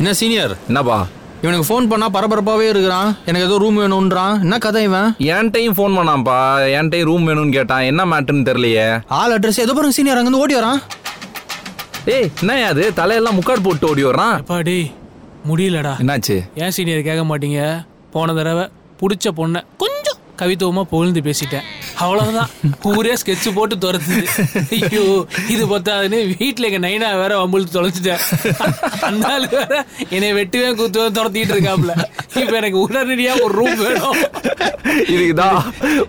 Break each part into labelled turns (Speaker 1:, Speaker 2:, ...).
Speaker 1: என்ன சீனியர்
Speaker 2: என்னப்பா
Speaker 1: இவனுக்கு ஃபோன் பண்ணா பரபரப்பாவே இருக்கிறான் எனக்கு ஏதோ ரூம் வேணும்ன்றான் என்ன கதை இவன்
Speaker 2: என்கிட்டயும் ஃபோன் பண்ணான்ப்பா என்கிட்டயும் ரூம் வேணும்னு கேட்டான் என்ன மேட்டர்னு தெரியலையே
Speaker 1: ஆள் அட்ரஸ் ஏதோ பாருங்க சீனியர் அங்கேருந்து ஓடி வரான்
Speaker 2: ஏய் என்ன அது தலையெல்லாம் முக்காடு போட்டு ஓடி வர்றான்
Speaker 3: அப்பா டேய் முடியலடா
Speaker 2: என்னாச்சு
Speaker 3: ஏன் சீனியர் கேட்க மாட்டீங்க போன தடவை பிடிச்ச பொண்ணை கொஞ்சம் கவித்துவமா புகழ்ந்து பேசிட்டேன் அவ்வளவுதான் ஊரே ஸ்கெட்ச் போட்டு துரத்துது ஐயோ இது பத்தாதுன்னு வீட்டுல எங்க நைனா வேற வம்பிழுத்து தொலைச்சிட்டேன் அந்த ஆளு வேற என்னை வெட்டுவே குத்துவேன் துரத்திட்டு இருக்காப்ல இப்ப எனக்கு உடனடியா ஒரு ரூம் வேணும்
Speaker 2: இதுக்குதான்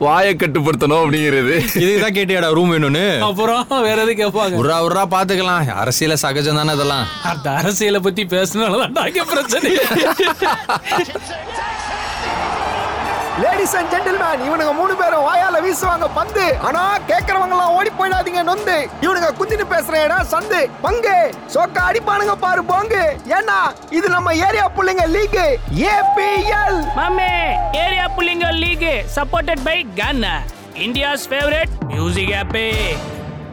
Speaker 2: வாயை கட்டுப்படுத்தணும் அப்படிங்கிறது
Speaker 1: இதுக்கு தான் கேட்டியாடா ரூம் வேணும்னு
Speaker 3: அப்புறம் வேற எது கேட்பாங்க
Speaker 1: உர்ரா உர்ரா பாத்துக்கலாம் அரசியல சகஜம் தானே இதெல்லாம்
Speaker 3: அந்த அரசியலை பத்தி பேசினாலதான் நாங்க பிரச்சனை
Speaker 4: லேடிஸ் அண்ட் ஜென்டில்மேன் இவனுங்க மூணு பேரும் வாயால வீசுவாங்க பந்து ஆனா கேக்குறவங்க எல்லாம் ஓடி போயிடாதீங்க நொந்து இவனுங்க குந்தின்னு பேசுற இடம் சந்து பங்கு சோக்க அடிப்பானுங்க பாரு போங்கு ஏன்னா இது நம்ம ஏரியா புள்ளைங்க லீக் ஏபிஎல்
Speaker 5: மாமே ஏரியா புள்ளிங்க league supported by Gaana India's favourite music ஆப்பே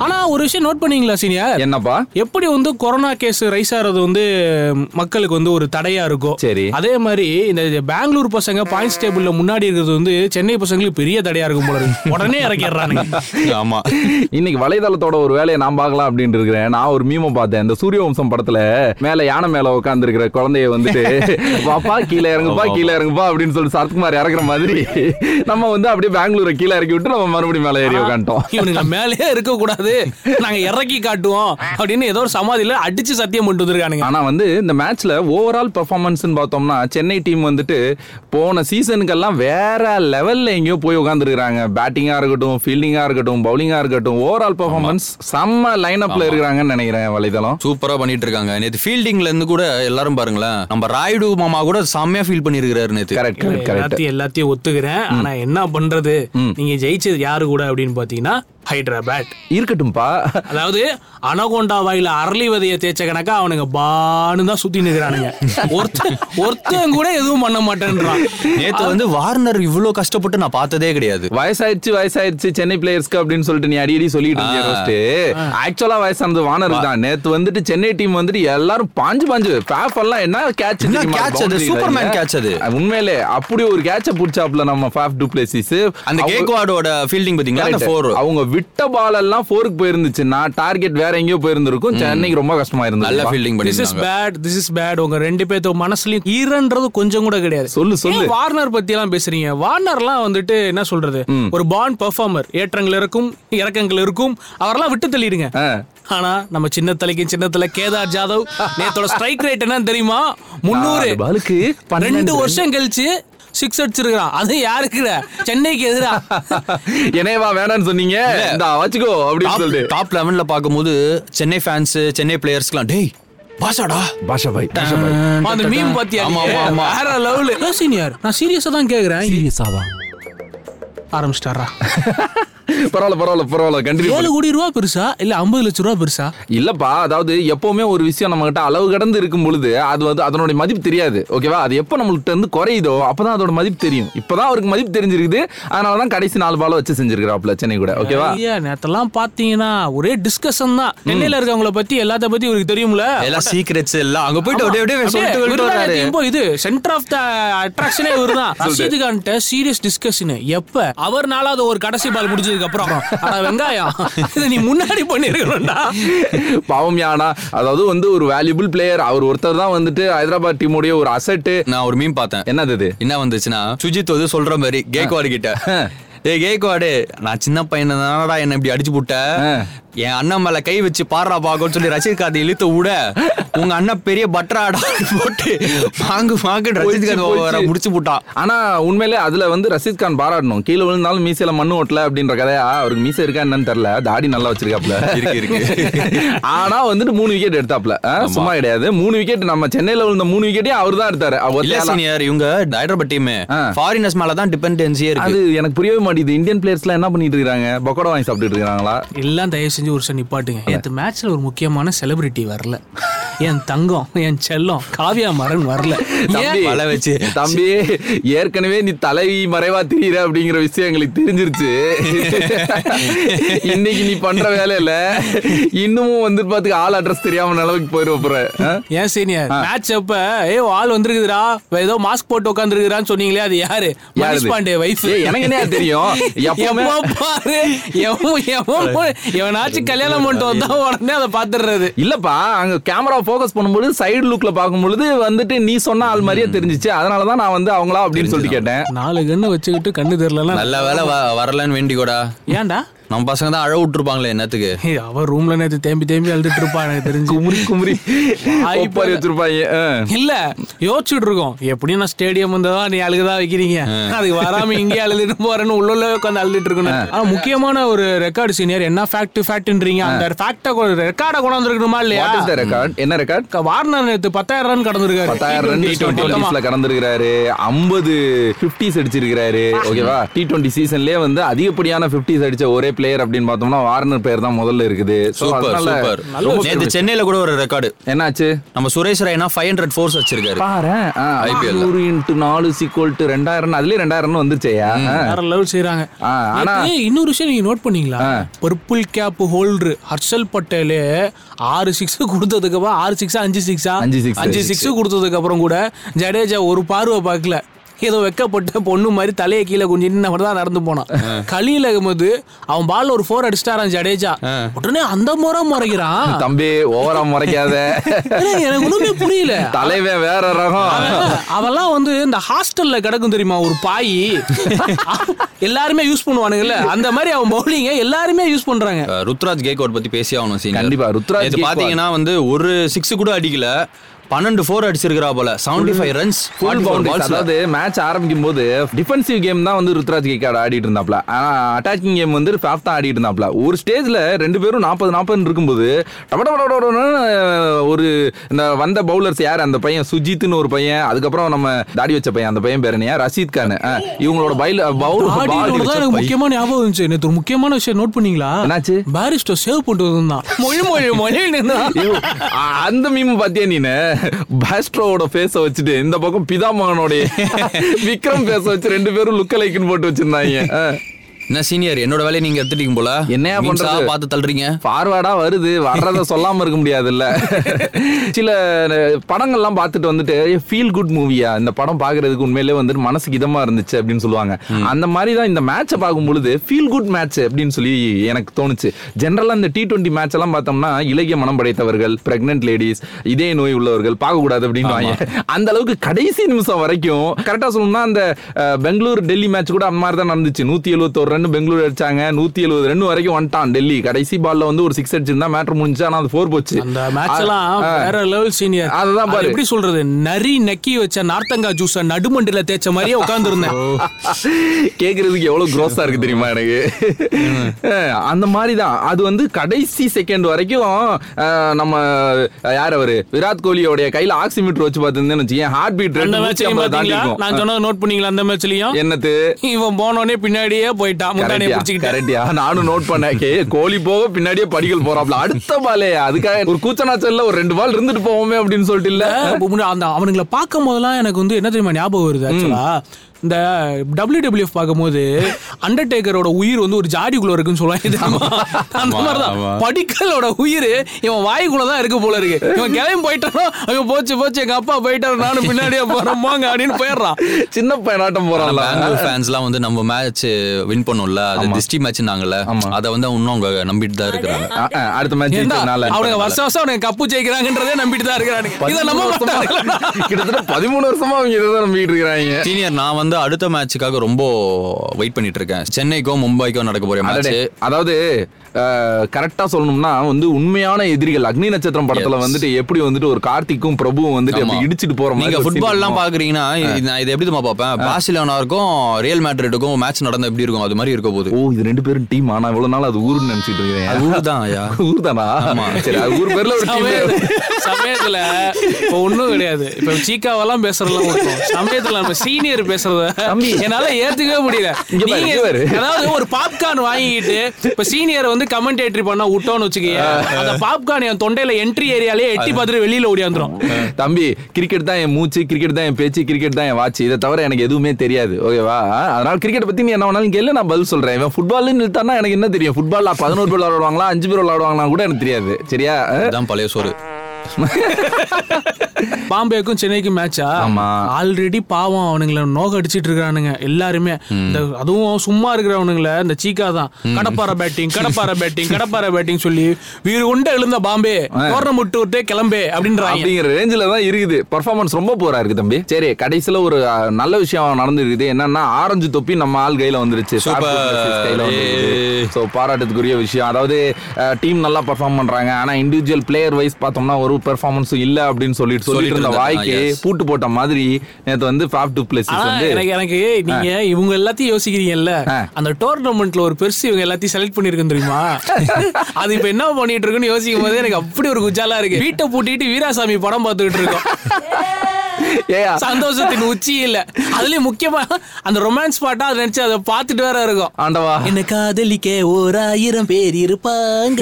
Speaker 3: ஆனா ஒரு விஷயம் நோட் பண்ணீங்களா சீனியர்
Speaker 2: என்னப்பா
Speaker 3: எப்படி வந்து கொரோனா கேஸ் ரைஸ் ஆறது வந்து ம், மக்களுக்கு வந்து ஒரு தடையா இருக்கும்
Speaker 2: சரி.
Speaker 3: அதே மாதிரி இந்த பெங்களூர் பசங்க பாயிண்ட்ஸ் டேபிள்ல முன்னாடி இருக்கிறது வந்து சென்னை பசங்களுக்கு பெரிய தடையா இருக்கும் போல இருக்கு. உடனே இறக்கிடுறானுங்க
Speaker 1: ஆமா
Speaker 2: இன்னைக்கு வலைதளத்தோட ஒரு வேலையை நான் பார்க்கலாம் அப்படின்னு இருக்கிறேன் நான் ஒரு மீமை பார்த்தேன் இந்த சூரிய வம்சம் படத்துல மேல யானை மேல உட்கார்ந்து இருக்கிற குழந்தைய வந்துட்டு வாப்பா கீழே இறங்குப்பா கீழே இறங்குப்பா அப்படின்னு சொல்லி சரத்குமார் இறக்குற மாதிரி நம்ம வந்து அப்படியே பெங்களூரை கீழே இறக்கி விட்டு நம்ம மறுபடியும் மேலே ஏறி உட்காந்துட்டோம்
Speaker 3: இவனுங்க மேலேயே இருக்க கூடாது நாங்க இறக்கி காட்டுவோம் அப்படின்னு ஏதோ ஒரு சமாதியில அடிச்சு சத்தியம் பண்ணிட்டு வந்திருக்கானுங்க
Speaker 2: ஆனா வந்து இந்த மேட்ச்ல ஓவரால் பெர்ஃபார்மன்ஸ் பார்த்தோம்னா சென்னை டீம் வந்துட்டு போன சீசனுக்கெல்லாம் வேற லெவல்ல எங்கேயோ போய் உட்காந்துருக்காங்க பேட்டிங்கா இருக்கட்டும் ஃபீல்டிங்கா இருக்கட்டும் பவுலிங்கா இருக்கட்டும் ஓவரால் பெர்ஃபார்மன்ஸ் செம்ம லைன் அப்ல இருக்கிறாங்கன்னு நினைக்கிறேன் வலைதளம்
Speaker 1: சூப்பரா பண்ணிட்டு இருக்காங்க நேத்து ஃபீல்டிங்ல இருந்து கூட எல்லாரும் பாருங்களேன் நம்ம ராயுடு மாமா கூட செம்மையா ஃபீல் பண்ணிருக்கிறாரு நேத்து
Speaker 2: கரெக்ட் கரெக்ட் கரெக்ட்
Speaker 3: எல்லாத்தையும் எல்லாத்தையும் ஒத்துக்கிறேன் ஆனா என்ன பண்றது நீங்க ஜெயிச்சது யாரு கூட அப்படின்னு பாத்தீங்கன்னா ஹைதராபாத்
Speaker 2: இருக்கட்டும்பா
Speaker 3: அதாவது அனகோண்டா வாயில அரளி விதைய தேய்ச்ச கணக்கா அவனுங்க பான்னு தான் சுத்தி நிக்கிறானுங்க ஒருத்தன் ஒருத்தன் கூட எதுவும் பண்ண மாட்டேன்றான்
Speaker 1: நேத்து வந்து வார்னர் இவ்ளோ கஷ்டப்பட்டு நான் பார்த்ததே கிடையாது
Speaker 2: வயசாயிடுச்சு வயசாயிடுச்சு சென்னை பிளேயர்ஸ்க்கு அப்படின்னு சொல்லிட்டு நீ அடிக்கடி சொல்லிட்டு இருந்திய ஃபர்ஸ்ட் ஆக்சுவலா வயசானது வானர் தான் நேத்து வந்துட்டு சென்னை டீம் வந்துட்டு எல்லாரும் பாஞ்சு பாஞ்சு பேப் எல்லாம் என்ன கேட்ச்
Speaker 1: என்ன catch அது? Superman catch அது.
Speaker 2: உண்மையிலே அப்படி ஒரு கேட்ச புடிச்சாப்ல நம்ம ஃபேப் டுப்ளேசிஸ்
Speaker 1: அந்த கேக்வாடோட ஃபீல்டிங் பாத்தீங்களா அந்த ஃபோர்
Speaker 2: அவங்க விட்ட பால் எல்லாம் ஃபோருக்கு போயிருந்துச்சுன்னா டார்கெட் வேற எங்கேயோ போயிருந்திருக்கும் சென்னைக்கு ரொம்ப கஷ்டமா
Speaker 1: நல்ல
Speaker 2: இருந்தது
Speaker 1: ஃபீல்டிங்
Speaker 3: திஸ் இஸ்
Speaker 1: பண்ணிருந்தாங்க
Speaker 3: பேட் திஸ் இஸ் பேட் உங்க ரெண்டு பேர்த்து மனசுலயும் ஈரன்றது கொஞ்சம் கூட கிடையாது
Speaker 2: சொல்லு, சொல்லு.
Speaker 3: ஏன் வார்னர் பத்தி எல்லாம் பேசுறீங்க வார்னர்லாம் வந்துட்டு என்ன சொல்றது ஒரு பாண்ட் பெர்ஃபார்மர் ஏற்றங்கள் இருக்கும் இறக்கங்கள் இருக்கும் அவரெல்லாம் விட்டு தள்ளிடுங்க
Speaker 2: ஆ.
Speaker 3: ஆனா நம்ம சின்ன தலைக்கு சின்ன தலை கேதார் ஜாதவ் நேத்தோட ஸ்ட்ரைக் ரேட் என்னன்னு தெரியுமா முந்நூறு
Speaker 2: நாலு பாலுக்கு பன்னெண்டு
Speaker 3: ரெண்டு வருஷம் கழிச்சு சிக்ஸ் அடிச்சிருக்கான் அது யாருக்குற சென்னைக்கு எதிரா
Speaker 2: என்னையவா வேணாம்னு சொன்னீங்க இந்தா வச்சுக்கோ அப்படின்னு சொல்லிட்டு
Speaker 1: டாப் லெவன்ல பார்க்கும்போது சென்னை ஃபேன்ஸ் சென்னை பிளேயர்ஸ்க்குலாம் டேய் பாஷாடா
Speaker 2: பாஷா பாய் பாஷா பாய்
Speaker 3: அந்த மீம் பாத்தியா
Speaker 1: ஆமா,
Speaker 3: நீ?
Speaker 1: ஆமா, ஆமா.
Speaker 3: வேற லெவல் சீனியர் நான் சீரியஸா தான் கேக்குறேன் சீரியஸாவா ஆரம்பிச்சிட்டாரா
Speaker 2: பரவாயில்ல பரவாயில்ல பரவாயில்ல கண்டிப்பா
Speaker 3: ஏழு கோடி ரூபா பெருசா இல்ல ஐம்பது லட்சம் ரூபா பெருசா
Speaker 2: இல்லப்பா அதாவது எப்பவுமே ஒரு விஷயம் நம்ம கிட்ட அளவு கடந்து இருக்கும் பொழுது அது வந்து அதனுடைய மதிப்பு தெரியாது ஓகேவா அது எப்போ நம்மள்கிட்ட இருந்து குறையுதோ அப்பதான் அதோட மதிப்பு தெரியும் இப்பதான் அவருக்கு மதிப்பு தெரிஞ்சிருக்குது அதனால தான் கடைசி நாலு பால வச்சு செஞ்சிருக்கிறாப்ல சென்னை கூட ஓகேவா
Speaker 3: ஐயா நேத்தெல்லாம் பாத்தீங்கன்னா ஒரே டிஸ்கஷன் தான் சென்னையில இருக்கவங்கள பத்தி எல்லாத்த பத்தி உங்களுக்கு தெரியும்ல
Speaker 1: எல்லா சீக்ரெட்ஸ் எல்லாம் அங்க போயிட்டு அப்படியே அப்படியே சொல்லிட்டு சொல்லிட்டு வர்றாரு
Speaker 3: இப்போ இது சென்டர் ஆஃப் த அட்ராக்ஷனே இவர்தான் ரஷீத் கான்ட்ட சீரியஸ் டிஸ்கஷன் எப்ப அவர் நாளாவது ஒரு கடைசி பால் முடிஞ்சதுக்கு அப்புறம் அட வெங்காயம் இது நீ முன்னாடி பண்ணிருக்கணும்டா
Speaker 2: பாவம் யானா அதாவது வந்து ஒரு வேல்யூபிள் பிளேயர் அவர் ஒருத்தர் தான் வந்துட்டு ஹைதராபாத் டீமுடைய ஒரு அசட்டு
Speaker 1: நான் ஒரு மீன் பார்த்தேன்
Speaker 2: என்னது இது
Speaker 1: என்ன வந்துச்சுன்னா சுஜித் வந்து சொல்ற மாதிரி கேக்வாடு கிட்ட ஏய் கேக்வாடு நான் சின்ன பையன் தானடா என்ன இப்படி அடிச்சு புட்ட என் அண்ணன் மேல கை வச்சு பாடுறா பாக்கோன்னு சொல்லி ரஷீத் காந்த் இழுத்து விட உங்க அண்ணன் பெரிய பட்டராடா போட்டு வாங்கு வாங்கு ரஷீத்
Speaker 2: போச்சு,
Speaker 1: காந்த்
Speaker 2: போச்சு.
Speaker 1: முடிச்சு புட்டான்
Speaker 2: ஆனா உண்மையிலே அதுல வந்து ரஷீத் கான் பாராட்டணும் கீழே விழுந்தாலும் மீசையில மண்ணு ஓட்டல அப்படின்ற கதையா அவருக்கு மீசை இருக்கா என்னன்னு தெரியல தாடி நல்லா வச்சிருக்காப்ல
Speaker 1: இருக்கு, இருக்கு.
Speaker 2: ஆனா வந்துட்டு மூணு விக்கெட் எடுத்தாப்ல ஆ, சும்மா கிடையாது மூணு விக்கெட் நம்ம சென்னையில விழுந்த மூணு விக்கெட்டையும் அவர் தான் எடுத்தாரு அவர்
Speaker 1: இல்ல
Speaker 2: தான்
Speaker 1: சீனியர் இவங்க ஹைதராபாத் டீம்
Speaker 2: ஆ.
Speaker 1: ஃபாரினர்ஸ் மேல தான் டிபெண்டன்சியே
Speaker 2: அது
Speaker 1: இருக்கு
Speaker 2: எனக்கு புரியவே மாட்டேங்குது இந்தியன் பிளேயர்ஸ்லாம் என்ன பண்ணிட்டு இருக்காங்க பக்கோடா வாங்கி சாப்பிட்டுட்டு இருக்காங்களா
Speaker 3: எல்லாம் தயவு செஞ்சு ஒரு சார் நிப்பாட்டுங்க நேற்று மேட்ச்ல ஒரு முக்கியமான செலிபிரிட்டி வரல என் தங்கம் என் செல்லம் காவியா மரன் வரல
Speaker 2: தம்பி
Speaker 3: ஏன்?
Speaker 1: வலை வச்சு.
Speaker 2: தம்பி ஏற்கனவே நீ தலைவி மறைவா திரியிற அப்படிங்கிற விஷயம் எங்களுக்கு தெரிஞ்சிருச்சு இன்னைக்கு நீ பண்ற வேலையில இன்னமும் வந்து பாத்துக்க ஆள் அட்ரஸ் தெரியாம நிலவுக்கு போயிருவ அப்புறம் ஆ?
Speaker 3: ஏன் சீனியர் மேட்ச் அப்ப ஏ ஆள் வந்திருக்குதுடா ஏதோ மாஸ்க் போட்டு உட்காந்துருக்குறான்னு சொன்னீங்களே அது யாரு
Speaker 2: யாரு
Speaker 3: மனிஷ்
Speaker 2: இது?
Speaker 3: பாண்டே வைஃப்
Speaker 2: ஏய், எனக்கு என்ன தெரியும் எப்பவுமே
Speaker 3: எப்போ பாரு எவன் எவன் போ- எவனாச்சும் கல்யாணம் பண்ணிட்டு வந்தா உடனே அதை பாத்துடுறது
Speaker 2: இல்லப்பா அங்க கேமரா ஃபோக்கஸ் பண்ணும்பொழுது சைடு லுக்ல பார்க்கும்பொழுது வந்துட்டு நீ சொன்ன ஆள் மாதிரியே தெரிஞ்சுச்சு அதனாலதான் நான் வந்து அவங்களா அப்படின்னு சொல்லிட்டு கேட்டேன்
Speaker 3: நாலு கண்ணு வச்சுக்கிட்டு கண்ணு தெரியலன்னா
Speaker 1: நல்ல வேலை வ- வரலன்னு வேண்டிக்கோடா
Speaker 3: ஏன்டா
Speaker 1: நம்ம பசங்க தான் அழ விட்டுருப்பாங்களே என்னத்துக்கு
Speaker 3: ஏய், அவன் ரூம்ல நேத்து தேம்பி தேம்பி அழுதுட்டு இருப்பான் எனக்கு தெரிஞ்சு
Speaker 2: குமுறி குமுறி
Speaker 3: வாய்
Speaker 2: ஒப்பாரி வச்சிருப்பாங்க ஆ.
Speaker 3: இல்ல யோசிச்சுட்டு இருக்கோம் எப்படியும் நான் ஸ்டேடியம் வந்ததா நீ அழுகுதா வைக்கிறீங்க அதுக்கு வராம இங்கே அழுதுட்டு போறேன்னு உள்ள உட்காந்து அழுதுட்டு இருக்கணும் ஆனா முக்கியமான ஒரு ரெக்கார்டு சீனியர் என்ன ஃபேக்ட் ஃபேக்ட்ன்றீங்க அந்த ஃபேக்ட ரெக்கார்ட கொண்டாந்து இருக்கணுமா இல்லையா
Speaker 2: What is the record? என்ன ரெக்கார்ட்
Speaker 3: க- வார்னர் நேத்து பத்தாயிரம் ரன் கடந்திருக்காரு
Speaker 2: பத்தாயிரம் ரன் டி
Speaker 3: T20 மொத்தமா.
Speaker 2: டுவெண்ட்டி கடந்திருக்கிறாரு ஐம்பது பிப்டிஸ் அடிச்சிருக்கிறாரு ஓகேவா டி டுவெண்ட்டி சீசன்லயே வந்து அதிகப்படியான பிப்டிஸ் அடிச்ச ஒரே பிளேயர் அப்படின்னு பார்த்தோம்னா வார்னர் பேர் தான் முதல்ல இருக்குது So,
Speaker 1: சூப்பர்
Speaker 2: அதனால
Speaker 1: சூப்பர் நேத்து சென்னையில கூட ஒரு ரெக்கார்டு
Speaker 2: என்னாச்சு
Speaker 1: நம்ம Suresh Raina five hundred fours வச்சிருக்காரு
Speaker 2: பாரேன்
Speaker 1: IPL ல.
Speaker 2: நூறு இன்ட்டு நாலு சிக்வல் டு ரெண்டாயிரம் அதுலயே ரெண்டாயிரம் வந்துருச்சேயா
Speaker 3: வேற லெவல் செய்யறாங்க
Speaker 2: ஆ, ஆனா-
Speaker 3: இன்னொரு விஷயம் நீங்க நோட் பண்ணீங்களா purple cap holder Harshal Patel ஆறு சிக்ஸ் கொடுத்ததுக்கு அப்புறம் ஆறு சிக்ஸா அஞ்சு சிக்ஸா
Speaker 2: அஞ்சு six.
Speaker 3: அஞ்சு சிக்ஸ் கொடுத்ததுக்கு அப்புறம் கூட ஜடேஜா ஒரு பார்வை பார்க்கல ஏதோ வெக்கப்பட்ட பொண்ணு மாதிரி தலையை கீழே குஞ்சிட்டு நான் மட்டும் தான் நடந்து போனான் கலியில் அகமது அவன் பால்ல ஒரு ஃபோர் அடிச்சிட்டாரான் ஜடேஜா உடனே அந்த முறை முறைகிறான்
Speaker 2: தம்பி ஓவரா முறைக்காத
Speaker 3: ஏன்னா எனக்கு ஒண்ணுமே புரியல
Speaker 2: தலைவன் வேற ரகம்
Speaker 3: அவெல்லாம் வந்து இந்த ஹாஸ்டல்ல கிடக்கும் தெரியுமா ஒரு பாய் எல்லாருமே யூஸ் பண்ணுவானுங்கல்ல அந்த மாதிரி அவன் பவுலிங்க எல்லாருமே யூஸ் பண்றாங்க
Speaker 1: அஹ் ருத்ராஜ் கேக்வாட் பத்தி பேசி ஆகணும் senior.
Speaker 2: கண்டிப்பா, ருத்ராஜ்
Speaker 1: நேத்து
Speaker 2: கேக்வாட்.
Speaker 1: பாத்தீங்கன்னா வந்து ஒரு சிக்ஸ் கூட அடிக்கல பன்னெண்டு ஃபோர் அடிச்சிருக்கிறா போல seventy five runs
Speaker 2: full boundaries அதாவது மேட்ச் ஆரம்பிக்கும் போது டிஃபென்சிவ் கேம் தான் வந்து ருத்ராஜ் கேக்காட் ஆடிட்டு இருந்தாப்ல ஆனா அட்டாக்கிங் கேம் வந்து ஃபாஃப் தான் ஆடிட்டு இருந்தாப்ல ஒரு ஸ்டேஜ்ல ரெண்டு பேரும் நாற்பது நாற்பதுன்னு இருக்கும்போது டப டப டப டபடன்னு, அஹ், ஒரு இந்த வந்த பவுலர்ஸ் யார் அந்த பையன் சுஜித்னு ஒரு பையன் அதுக்கப்புறம் நம்ம தாடி வச்ச பையன் அந்த பையன் பேர் என்னையா ரஷீத் கான் அஹ், இவங்களோட பைல பவுல்
Speaker 3: ஆடிட்டு தான் எனக்கு முக்கியமான ஞாபகம் இருந்துச்சு நேத்து ஒரு முக்கியமான விஷயம் நோட் பண்ணீங்களா
Speaker 2: என்னாச்சு?
Speaker 3: பாரிஸ்டோ சேவ் பண்ணிட்டு வந்தான் மொழி மொழி மொழி
Speaker 2: ஐயோ, அ- அந்த மீம் பாத்தியா நீனு பாஸ்ட்ரோவோட ஃபேஸ வச்சுட்டு இந்த பக்கம் பிதா மகனோட விக்ரம் ஃபேஸ வச்சு ரெண்டு பேரும் லுக்க லைக்குன்னு போட்டு வச்சிருந்தாங்க அஹ்.
Speaker 1: என்ன சீனியர் என்னோட வேலையை நீங்க எடுத்துட்டீங்க போல
Speaker 2: என்னையா
Speaker 1: Memes ஆ
Speaker 2: பண்றது?
Speaker 1: பார்த்து தள்ளுறீங்க
Speaker 2: ஃபார்வேர்டா வருது வர்றத சொல்லாம இருக்க முடியாதுல்ல சில அஹ், படங்கள்லாம் பார்த்துட்டு வந்துட்டு ஃபீல் குட் மூவியா இந்த படம் பாக்குறதுக்கு உண்மையிலே வந்துட்டு மனசுக்கு இதமா இருந்துச்சு அப்படின்னு சொல்லுவாங்க அந்த மாதிரி தான் இந்த மேட்சை பார்க்கும் பொழுது ஃபீல் குட் மேட்ச் அப்படின்னு சொல்லி எனக்கு தோணுச்சு ஜென்ரலா இந்த டி டுவெண்ட்டி மேட்ச் எல்லாம் பார்த்தோம்னா இலகிய மனம் படைத்தவர்கள் பிரெக்னென்ட் லேடிஸ் இதே நோய் உள்ளவர்கள் பார்க்கக்கூடாது அப்படின்னு அந்த அளவுக்கு கடைசி நிமிஷம் வரைக்கும் கரெக்டா சொல்லணும்னா அந்த அஹ், பெங்களூர் டெல்லி மேட்ச் கூட அந்த மாதிரி தான் நடந்துச்சு நூத்தி எழுபத்தோரு ரன் பெங்களூர் அடிச்சாங்க நூத்தி எழுபது ரன் வரைக்கும் வந்துட்டான் டெல்லி கடைசி பால்ல வந்து ஒரு சிக்ஸ் அடிச்சிருந்தா மேட்ரு முடிஞ்சு ஆனா அது ஃபோர் போச்சு
Speaker 3: அந்த மேட்ச் எல்லாம்
Speaker 2: ஆ, ஆ.
Speaker 3: வேற லெவல் சீனியர்
Speaker 2: அதுதான் பாரு.
Speaker 3: எப்படி சொல்றது நரி நக்கி வச்ச நார்த்தங்கா ஜூஸ நடுமண்டில தேய்ச்ச மாதிரியே உட்கார்ந்துருந்தேன்
Speaker 2: கேக்குறதுக்கு எவ்வளவு க்ரோஸா இருக்கு தெரியுமா எனக்கு அஹ் அந்த மாதிரி தான் அது வந்து கடைசி செகண்ட் வரைக்கும் அஹ், நம்ம அஹ், யார் அவரு விராட் கோலியோடைய கையில ஆக்சிமீட்டர் வச்சு பார்த்துருந்தேன்னு வச்சுக்கேன் ஹார்ட் பீட்
Speaker 3: அந்த மேட்ச்லயும் பாத்தீங்களா நான் சொன்னதை நோட் பண்ணீங்களா அந்த மேட்ச்லயும்
Speaker 2: என்னது
Speaker 3: இவன் போனோடனே பின்னாடியே போயிட்டான் முந்தானே பிடிச்சிக்கிட்டேன்
Speaker 2: கரெக்டியா நானும் நோட் பண்ணேன் கே கோலி போக பின்னாடியே படிகள் போறாப்ல அடுத்த பாலே அதுக்காக ஒரு கூச்சநாச்சல்ல ஒரு ரெண்டு பால் இருந்துட்டு போவோமே அப்படின்னு சொல்லிட்டு இல்ல
Speaker 3: அப்ப முன்ன- அந்த அவனுங்களை பார்க்கும் போதெல்லாம் எனக்கு வந்து என்ன தெரியுமா ஞாபகம் வருது ஆக்சுவலா இந்த டபிள்யூ டபிள்யூஎஃப் பார்க்கும்போது அண்டர்டேக்கரோட உயிர் வந்து ஒரு ஜாடிக்குள்ள இருக்குன்னு சொல்லுவாங்க தெரியுமா? அந்த மாதிரிதான் படிக்கலோட உயிர் இவன் வாய்க்குள்ள தான் இருக்கு போல இருக்கு இவன் கிளம்பி போயிட்டானோ அவன் போச்சு போச்சு எங்க அப்பா போயிட்டாரு நானும் பின்னாடியே போறேன் வாங்க அப்படின்னு போயிடுறான்
Speaker 2: சின்ன பையனாட்டம் போறான்ல
Speaker 1: பெங்களூர் ஃபேன்ஸ்லாம் வந்து நம்ம மேட்ச் வின் பண்ணோம்ல அது டிஸ்டி மேட்ச் நாங்கல்ல அதை வந்து இன்னும் அவங்க நம்பிட்டு தான் இருக்கிறாங்க
Speaker 2: அஹ், அஹ், அடுத்த மேட்ச்
Speaker 3: ஏன்டா, அவனுங்க
Speaker 2: ஜெயிச்சதுனால
Speaker 3: வருஷம் வருஷம் அவனுக்கு கப்பு ஜெயிக்கிறாங்கன்றதே நம்பிட்டு தான் இருக்கிறானுங்க இதை நம்ப மாட்டாங்க
Speaker 2: கிட்டத்தட்ட பதிமூணு வருஷமா அவங்க இதை தான் நம்பிட்டு இருக்கிறாங்க
Speaker 1: சீனியர் நான் வந்து அடுத்த மேட்சுக்காக ரொம்ப வெயிட் பண்ணிட்டு இருக்கேன் சென்னைக்கோ மும்பைக்கோ நடக்க போற மேட்ச்
Speaker 2: அடடே. அதாவது கரெக்டா சொல்லணும்னா வந்து உண்மையான எதிரிகள் அக்னி நட்சத்திரம் படத்துல
Speaker 1: Yes.
Speaker 2: வந்துட்டு எப்படி வந்துட்டு ஒரு கார்த்திக்கும் பிரபுவும் வந்துட்டு
Speaker 1: ஆமா.
Speaker 2: அப்படி இடிச்சிட்டு போற மாதிரி
Speaker 1: நீங்க
Speaker 2: ஒரு scene
Speaker 1: ஃபுட்பால் எல்லாம்
Speaker 2: இருக்கும்.
Speaker 1: பாக்குறீங்கன்னா இது- நான் இது எப்படி தான் பாப்பேன் பார்சிலோனாவுக்கும் ரியல் மேட்ரிட்டுக்கும் மேட்ச் நடந்தா எப்படி இருக்கும் அது மாதிரி இருக்க போகுது
Speaker 2: ஓ இது ரெண்டு பேரும் டீம் ஆனா இவ்வளவு நாள் அது ஊருன்னு நினைச்சிட்டு இருக்கேன்
Speaker 1: அதுதான் ஐயா
Speaker 2: ஊர் தானா சரி அது ஊர் பேர்ல ஒரு டீம்
Speaker 3: சமயத்துல சமயத்துல இப்ப ஒண்ணும் கிடையாது இப்ப சீக்காவெல்லாம் பேசுறதெல்லாம் ஒண்ணும். சமயத்துல நம்ம சீனியர் பேசுறத என்னால ஏத்துக்கவே முடியல
Speaker 2: இங்க பாரு,
Speaker 3: நீங்க
Speaker 2: இங்க பாரு.
Speaker 3: அதாவது ஒரு பாப்கார்ன் வாங்கிட்டு இப்ப சீனியர் வந்து வந்து கமெண்டேட்டரி பண்ணா விட்டோம்னு வச்சுக்கோங்க அந்த பாப்கார்ன் என் தொண்டையில என்ட்ரி ஏரியாலே எட்டி பார்த்துட்டு வெளியில ஓடியாந்துரும்
Speaker 2: தம்பி கிரிக்கெட் தான் என் மூச்சு கிரிக்கெட் தான் என் பேச்சு கிரிக்கெட் தான் என் வாட்ச் இதை தவிர எனக்கு எதுவுமே தெரியாது ஓகேவா அதனால கிரிக்கெட் பத்தி நீ என்ன வேணாலும் கேள்வி நான் பதில் சொல்றேன் இவன் ஃபுட்பால்னு நிறுத்தானா எனக்கு என்ன தெரியும் ஃபுட்பால்ல பதினோரு பேர் விளையாடுவாங்களா அஞ்சு பேர் விளையாடுவாங்களா கூட எனக்கு தெரியாது சரியா அஹ்?
Speaker 1: அதான் பழைய சோறு
Speaker 3: பாம்பேக்கும் சென்னைக்கும் மேட்சா
Speaker 2: ஆமா.
Speaker 3: ஆல்ரெடி பாவம் அவனுங்கள நோக அடிச்சிட்டு இருக்கானுங்க எல்லாருமே இந்த அதுவும் சும்மா இருக்கிறவனுங்கள இந்த சீக்கா தான் கடப்பார பேட்டிங் கடப்பார பேட்டிங் கடப்பார பேட்டிங் சொல்லி வீடு கொண்ட எழுந்த பாம்பே தோரணம் விட்டு விட்டே கிளம்பே அப்படின்றாங்க
Speaker 2: அப்படிங்கிற ரேஞ்சில தான் இருக்குது பர்ஃபார்மன்ஸ் ரொம்ப போரா இருக்கு தம்பி சரி கடைசியில ஒரு அஹ், நல்ல விஷயம் நடந்திருக்குது என்னன்னா ஆரஞ்சு தொப்பி நம்ம ஆள் கையில வந்துருச்சு
Speaker 1: Super. ஏய்.
Speaker 2: ஸோ பாராட்டுக்குரிய விஷயம் அதாவது டீம் நல்லா பெர்ஃபார்ம் பண்றாங்க ஆனா இண்டிவிஜுவல் பிளேயர் வைஸ் பார்த்தோம்னா ஒரு பெர்ஃபார்மன்ஸும் இல்ல அப்படின்னு சொல்லிட்டு சொல்லிட்டு இருந்த
Speaker 1: இருந்தாங்க,
Speaker 2: வாய்க்கு
Speaker 1: yes.
Speaker 2: பூட்டு போட்ட மாதிரி நேத்து வந்து ஃபாப் டு பிளேஸ்
Speaker 3: ஆனா
Speaker 2: வந்து
Speaker 3: எனக்கு எனக்கு நீங்க இவங்க எல்லாத்தையும் யோசிக்கிறீங்கல்ல
Speaker 2: ஆ.
Speaker 3: அந்த டோர்னமெண்ட்ல ஒரு பெருசு இவங்க எல்லாத்தையும் செலக்ட் பண்ணிருக்கோம் தெரியுமா அது இப்ப என்ன பண்ணிட்டு இருக்குன்னு யோசிக்கும் போது எனக்கு அப்படி ஒரு குஜாலா இருக்கு வீட்டை பூட்டிட்டு வீராசாமி படம் பார்த்துக்கிட்டு இருக்கோம்
Speaker 2: ஏயா
Speaker 3: சந்தோஷத்தின் உச்சி இல்ல அதுலயும் முக்கியமா அந்த ரொமான்ஸ் பாட்டா அதை நினைச்சு அதை பார்த்துட்டு வேற இருக்கும்
Speaker 2: ஆண்டவா
Speaker 6: என்ன காதலிக்க ஓர் ஆயிரம் பேர் இருப்பாங்க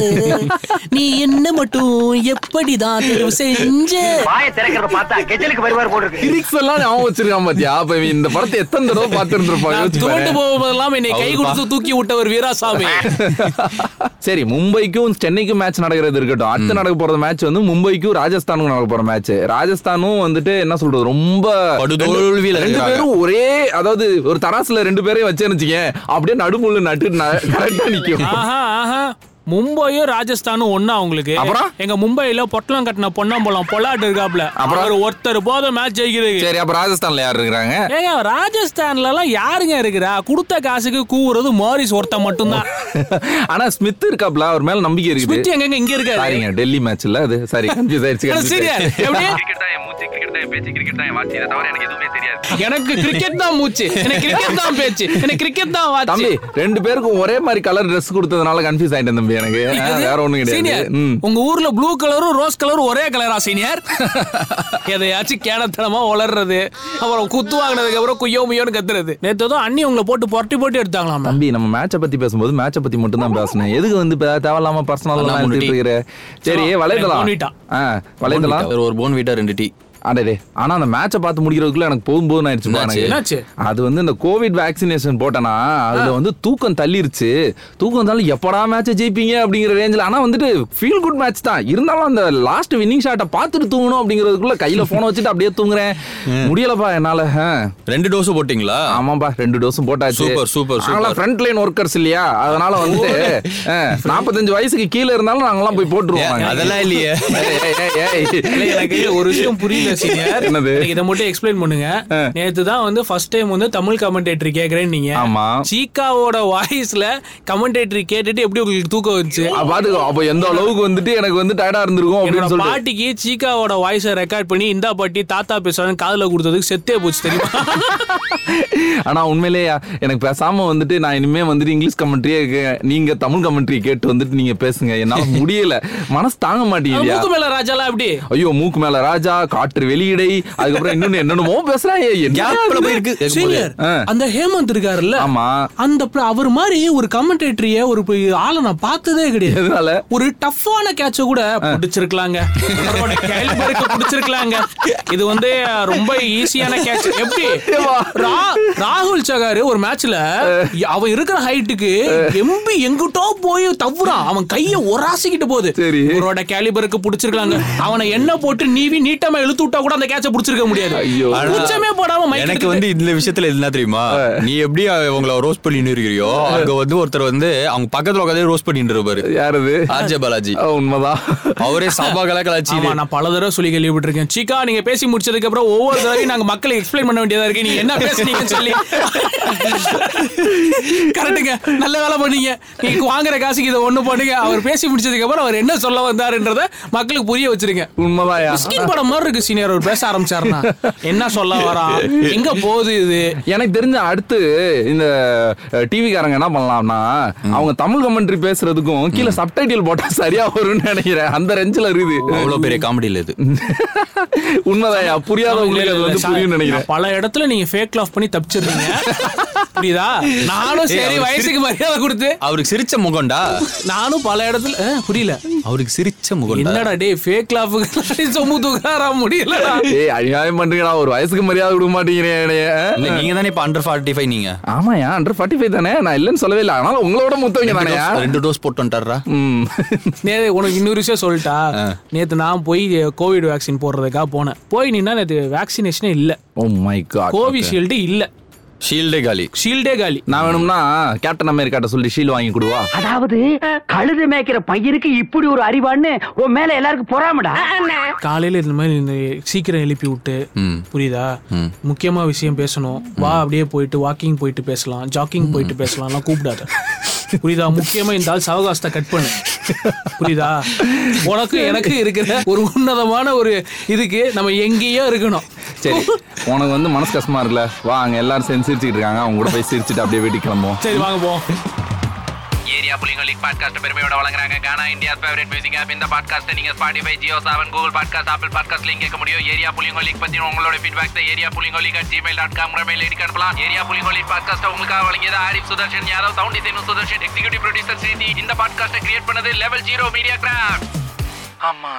Speaker 6: நீ என்ன மட்டும் எப்படிதான் தெரிவு செஞ்ச
Speaker 7: வாயை திறக்கிறத பார்த்தா கெஜலுக்கு வருவார் போட்டு
Speaker 2: லிரிக்ஸ் எல்லாம் ஞாபகம் வச்சிருக்கான் பாத்தியா அப்ப இவன் இந்த படத்தை எத்தனை தடவை
Speaker 3: நான் தோண்டு
Speaker 2: பார்த்துருந்துருப்பாங்க
Speaker 3: போவதெல்லாம் என்னை கை கொடுத்து தூக்கி விட்டவர் வீராசாமி
Speaker 2: சரி மும்பைக்கும் சென்னைக்கும் மேட்ச் நடக்கிறது இருக்கட்டும் அடுத்து நடக்க போற மேட்ச் வந்து மும்பைக்கும் ராஜஸ்தானுக்கும் நடக்க போற மேட்ச் ராஜஸ்தானும் வந்துட்டு என்ன சொல்றது ரொம்ப
Speaker 1: படுதோல்வியில
Speaker 2: ரெண்டு
Speaker 1: இருக்கிறாங்க.
Speaker 2: பேரும் ஒரே அதாவது ஒரு தராசுல ரெண்டு பேரையும் வச்சேன்னு அப்படியே நடுமுள்ள நட்டு கரெக்டா நிக்கும்
Speaker 3: ஆஹா ஆஹா மும்பையும் ராஜஸ்தானும் ஒண்ணா உங்களுக்கு
Speaker 2: அப்புறம்?
Speaker 3: எங்க மும்பையில பொட்டலம் கட்டின பொன்னாம்பழம் பொல்லாட்டு இருக்காப்ல
Speaker 2: அப்புறம்?
Speaker 3: அவர் ஒருத்தர் போதும் மேட்ச் ஜெயிக்கிறது
Speaker 2: சரி அப்ப ராஜஸ்தான்ல யார் இருக்கிறாங்க
Speaker 3: ஏங்க ராஜஸ்தான்ல எல்லாம் யாருங்க இருக்கிறா கொடுத்த காசுக்கு கூவுறது மாரிஸ் ஒருத்தன் மட்டும்தான்
Speaker 2: ஆனா ஸ்மித் இருக்காப்ல அவர் மேல நம்பிக்கை இருக்குது
Speaker 3: ஸ்மித் எங்க இங்க இருக்காரு
Speaker 2: சாரிங்க டெல்லி மேட்ச்ல அது சாரி கன்ஃபியூஸ் ஆயிடுச்சு confuse
Speaker 3: சரியா
Speaker 2: ஆயிடுச்சு.
Speaker 3: எப்படி எனக்கு கிரிக்கெட் தான் மூச்சு எனக்கு கிரிக்கெட் தான் பேச்சு எனக்கு கிரிக்கெட் தான் வாட்சி
Speaker 2: தம்பி ரெண்டு பேருக்கும் ஒரே மாதிரி கலர் Dress கொடுத்ததுனால கன்ஃபியூஸ் ஆயிட்டேன் தம்பி எனக்கு வேற ஒண்ணும் கிடையாது
Speaker 3: சீனியர்
Speaker 2: ம்.
Speaker 3: உங்க ஊர்ல ப்ளூ கலரும் ரோஸ் கலரும் ஒரே கலரா சீனியர் எதையாச்சும் கேனத்தனமா வளர்றது அப்புறம் குத்து வாங்கினதுக்கு அப்புறம் குய்யோ முய்யோன்னு கத்துறது நேத்து ஏதோ அண்ணி உங்களை போட்டு பொரட்டி போட்டு எடுத்தாங்களாம்
Speaker 2: தம்பி நம்ம மேட்சை பத்தி பேசும்போது மேட்சை பத்தி மட்டும் தான் பேசணும் எதுக்கு வந்து இப்ப தேவையில்லாம பர்சனலா
Speaker 1: அதான்
Speaker 2: எடுத்துட்டு இருக்கிற சரி
Speaker 3: சரி,
Speaker 2: வலைதளம்
Speaker 3: bonvita.
Speaker 2: ஆ, வலைதளம்
Speaker 1: ஒரு- ஒரு போன் வீட்டா ரெண்டு டீ
Speaker 2: அடடே ஆனா அந்த மேட்சை பார்த்து முடிக்கிறதுக்குள்ள எனக்கு போகும்போது ஆயிடுச்சு பா
Speaker 1: என்னாச்சு?
Speaker 2: எனக்கு
Speaker 3: என்னாச்சு?
Speaker 2: அது வந்து இந்த கோவிட் வேக்சினேஷன் போட்டனா அதுல வந்து தூக்கம் தள்ளிருச்சு தூக்கம் தள்ளி எப்படா மேட்சை ஜெயிப்பீங்க அப்படிங்கிற ரேஞ்சில் ஆனா வந்துட்டு ஃபீல் குட் மேட்ச் தான் இருந்தாலும் அந்த லாஸ்ட் வின்னிங் ஷாட்டை பார்த்துட்டு தூங்கணும் அப்படிங்கிறதுக்குள்ள கையில போனை வச்சுட்டு அப்படியே தூங்குறேன் முடியலப்பா என்னால ஆ.
Speaker 1: ரெண்டு டோஸ் போட்டீங்களா
Speaker 2: ஆமாம்பா ரெண்டு டோஸும் போட்டாச்சு
Speaker 1: Super, super, super.
Speaker 2: நாங்களாம் ஃப்ரண்ட் லைன் ஒர்க்கர்ஸ் இல்லையா அதனால வந்து ஆ, 45 வயசுக்கு கீழே இருந்தாலும் நாங்களாம் போய் போட்டுருவோம்
Speaker 1: ஏன்,
Speaker 2: நாங்க.
Speaker 1: அதெல்லாம் இல்லையே
Speaker 2: ஏய், ஏய், ஏய்,
Speaker 3: இல்ல,
Speaker 2: ஏய்.
Speaker 3: எனக்கு ஒரு விஷயம் புரியல சீனியர்
Speaker 2: என்னது?
Speaker 3: எனக்கு இதை மட்டும் எக்ஸ்பிளைன் பண்ணுங்க நேத்து தான் வந்து ஃபர்ஸ்ட் டைம் வந்து தமிழ் கமெண்டேட்டரி கேக்குறேன் நீங்க
Speaker 2: ஆமா.
Speaker 3: சீக்காவோட வாய்ஸ்ல கமெண்டேட்டரி கேட்டுட்டு எப்படி உங்களுக்கு தூக்கம் வந்துச்சு
Speaker 2: அப்ப பாத்துக்கோ அப்ப எந்த அளவுக்கு வந்துட்டு எனக்கு வந்து டயர்டா இருந்திருக்கும்
Speaker 3: என்னோட
Speaker 2: அப்படின்னு சொல்லிட்டு
Speaker 3: பாட்டிக்கு சீக்காவோட வாய்ஸை ரெக்கார்ட் பண்ணி இந்தா பாட்டி தாத்தா பேசுவாங்க காதுல கொடுத்ததுக்கு செத்தே போச்சு தெரியுமா
Speaker 2: ஆனா உண்மையிலேயே எனக்கு பேசாம வந்துட்டு நான் இனிமே வந்துட்டு இங்கிலீஷ் கமெண்ட்ரியே நீங்க தமிழ் கமெண்ட்ரி கேட்டு வந்துட்டு நீங்க பேசுங்க என்னால முடியல மனசு தாங்க மாட்டேங்குதியா
Speaker 3: மூக்கு மேல ராஜாலாம் அப்படி
Speaker 2: ஐயோ மூக்கு மேல ராஜா காற்று வெளியிடை அதுக்கப்புறம் இன்னொன்னு என்னென்னமோ பேசுறான் ஏய், என்னடா
Speaker 1: கேப்ல
Speaker 2: இது?
Speaker 1: போய் இருக்கு கேட்கும்போது.
Speaker 3: சீனியர் அந்த ஹேமந்த் இருக்காருல்ல
Speaker 2: ஆமா
Speaker 3: அந்த பிர- அவர் மாதிரி ஒரு கமெண்டேட்டரிய ஒரு ப- ஆளை நான் பார்த்ததே கிடையாது
Speaker 2: எதனால
Speaker 3: ஒரு டஃப்பான கேட்ச கூட பிடிச்சிருக்கலாங்க அவரோட caliber க்கு பிடிச்சிருக்கலாங்க இது வந்து ரொம்ப ஈஸியான கேட்ச் எப்படி
Speaker 2: ஏவா.
Speaker 3: ரா- ராகுல் சகார் ஒரு மேட்ச்ல அவன் இருக்கிற ஹைட்டுக்கு எம்பி எங்கிட்டோ போய் தவுறான் அவன் கைய உராசிக்கிட்டு போகுது
Speaker 2: சரி.
Speaker 3: அவரோட கேலிபருக்கு பிடிச்சிருக்கலாங்க அவனை என்ன போட்டு நீவி நீட்டமா இழுத்து விட்டா கூட அந்த கேட்ச பிடிச்சிருக்க முடியாது
Speaker 2: ஐயோ.
Speaker 1: ஆனா,
Speaker 3: உச்சமே போடாம mic
Speaker 1: எனக்கு
Speaker 3: எடுத்துட்டு-
Speaker 1: வந்து இந்த விஷயத்துல என்ன தெரியுமா நீ எப்படி உங்களை ரோஸ்ட் பண்ணிட்டு இருக்கிறியோ அங்க வந்து ஒருத்தர் வந்து அவங்க பக்கத்துல உட்காந்து ரோஸ்ட் பண்ணிட்டு இருப்பாரு
Speaker 2: யாரது
Speaker 1: ஆர்ஜே பாலாஜி
Speaker 2: ஆ, உண்மைதான்
Speaker 1: அவரே சபா கலாச்சி
Speaker 3: ஆமா நான் பல தடவை சொல்லி கேள்விப்பட்டிருக்கேன் சீக்கா நீங்க பேசி முடிச்சதுக்கு அப்புறம் ஒவ்வொரு தடவையும் நாங்க மக்களுக்கு எக்ஸ்பிளைன் பண்ண வேண்டியதா இருக்கு நீங்க என்ன பேசுனீங்கன்னு சொல்லி கரெக்ட்டுங்க நல்ல வேலை பண்ணீங்க நீங்க வாங்குற காசுக்கு இதை ஒண்ணு பண்ணுங்க அவர் பேசி முடிச்சதுக்கு அப்புறம் அவர் என்ன சொல்ல வந்தாருன்றத மக்களுக்கு புரிய வச்சிருங்க
Speaker 2: உண்மைதாயா
Speaker 3: ஸ்கின் படம் மாதிரி இருக்கு சீனியர் அவர் பேச ஆரம்பிச்சாருன்னா என்ன சொல்ல வரா எங்க போகுது இது
Speaker 2: எனக்கு தெரிஞ்ச அடுத்து இந்த டிவி காரங்க என்ன பண்ணலாம்னா அவங்க தமிழ் கமெண்ட்ரி பேசுறதுக்கும் கீழே சப்டைட்டில் போட்டா சரியா வரும்னு நினைக்கிறேன் அந்த ரேஞ்சில் இருக்குது
Speaker 1: அவ்வளவு பெரிய காமெடி இல்ல இது
Speaker 2: உண்மைதாயா புரியாத
Speaker 3: இல்ல,
Speaker 2: உங்களுக்கு அது
Speaker 3: இல்ல,
Speaker 2: வந்து
Speaker 3: சார்,
Speaker 2: புரியும் நினைக்கிறேன்
Speaker 3: நான் பல இடத்துல நீங்க ஃபேக் லாஃப் பண்ணி தப்பிச்சிருந்தீங்க புரியுதா நானும்
Speaker 1: ஏய்,
Speaker 3: சரி
Speaker 1: அவரு
Speaker 3: வயசுக்கு மரியாதை கொடுத்து
Speaker 1: அவருக்கு சிரிச்ச முகம்டா
Speaker 3: நானும் பல இடத்துல ஆ, புரியல
Speaker 1: அவருக்கு சிரிச்ச முகம்டா
Speaker 3: என்னடா டேய் ஃபேக் லாஃபுக்கு சொம்பு தூக்காரா முடியலடா
Speaker 2: ஏய் அநியாயம் பண்றீங்கடா ஒரு வயசுக்கு மரியாதை கொடுக்க மாட்டீங்களே என்னைய
Speaker 1: இல்ல நீங்க தானே இப்ப அண்டர் ஃபார்ட்டி ஃபைவ் நீங்க
Speaker 2: ஆமாயா அண்டர் ஃபார்ட்டி ஃபைவ் தானே நான் இல்லைன்னு சொல்லவே இல்லை ஆனாலும் உங்களோட மூத்தவங்க தானேயா
Speaker 1: ரெண்டு டோஸ் போட்டு வந்துட்டாரா
Speaker 2: ம்
Speaker 3: நே உனக்கு இன்னொரு விஷயம் சொல்லிட்டா நேத்து நான் போய் கோவிட் வேக்சின் போடுறதுக்காக போனேன் போய் நின்னா நேத்து வேக்சினேஷனே இல்ல
Speaker 2: ஓ மை காட்
Speaker 3: கோவிஷீல்டு இல்ல
Speaker 1: ஷீல்டே காலி
Speaker 3: ஷீல்டே காலி
Speaker 2: நான் வேணும்னா கேப்டன் அமெரிக்காட்ட சொல்லி ஷீல் வாங்கி கொடுவா
Speaker 7: அதாவது கழுது மேய்க்கிற பையனுக்கு இப்படி ஒரு அறிவான்னு உன் மேல எல்லாருக்கும் பொறாமடா
Speaker 3: காலையில இந்த மாதிரி இந்த சீக்கிரம் எழுப்பி விட்டு புரியுதா முக்கியமா விஷயம் பேசணும் வா அப்படியே போயிட்டு வாக்கிங் போயிட்டு பேசலாம் ஜாக்கிங் போயிட்டு பேசலாம்லாம் கூப்பிடாத புரியுதா முக்கியமா இந்த ஆள் சவகாசத்தை கட் பண்ணு புரியுதா உனக்கு எனக்கு இருக்கிற ஒரு உன்னதமான ஒரு இதுக்கு நம்ம எங்கேயோ இருக்கணும்
Speaker 2: சரி உனக்கு வந்து மனசு கஷ்டமா இருக்குல்ல வா அங்க எல்லாரும் சேர்ந்து சிரிச்சுட்டு இருக்காங்க அவங்க கூட போய் சிரிச்சுட்டு அப்படியே வீட்டுக்கு கிளம்புவோம்
Speaker 3: சரி வாங்க போ
Speaker 8: ஏரியா புலிங்க லீக் பாட்காஸ்ட் பெருமையோட வழங்குறாங்க Gaana India favourite music app இந்த பாட்காஸ்ட் நீங்க Spotify Jio Saavn Google podcast Apple podcast link கேட்க முடியும் ஏரியா புலிங்க லீக் பத்தி உங்களோட ஃபீட்பேக் ஏரியா புலிங்க league at Gmail dot com mail ID அனுப்பலாம் ஏரியா புலிங்க லீக் பாட்காஸ்ட் உங்களுக்காக வழங்கியது Arif Sudarshan Yadav sound design Sudarshan executive producer Sridhi இந்த பாட்காஸ்ட்டை கிரியேட் பண்ணது லெவல் ஜீரோ மீடியா கிராஃப்ட் ஆமா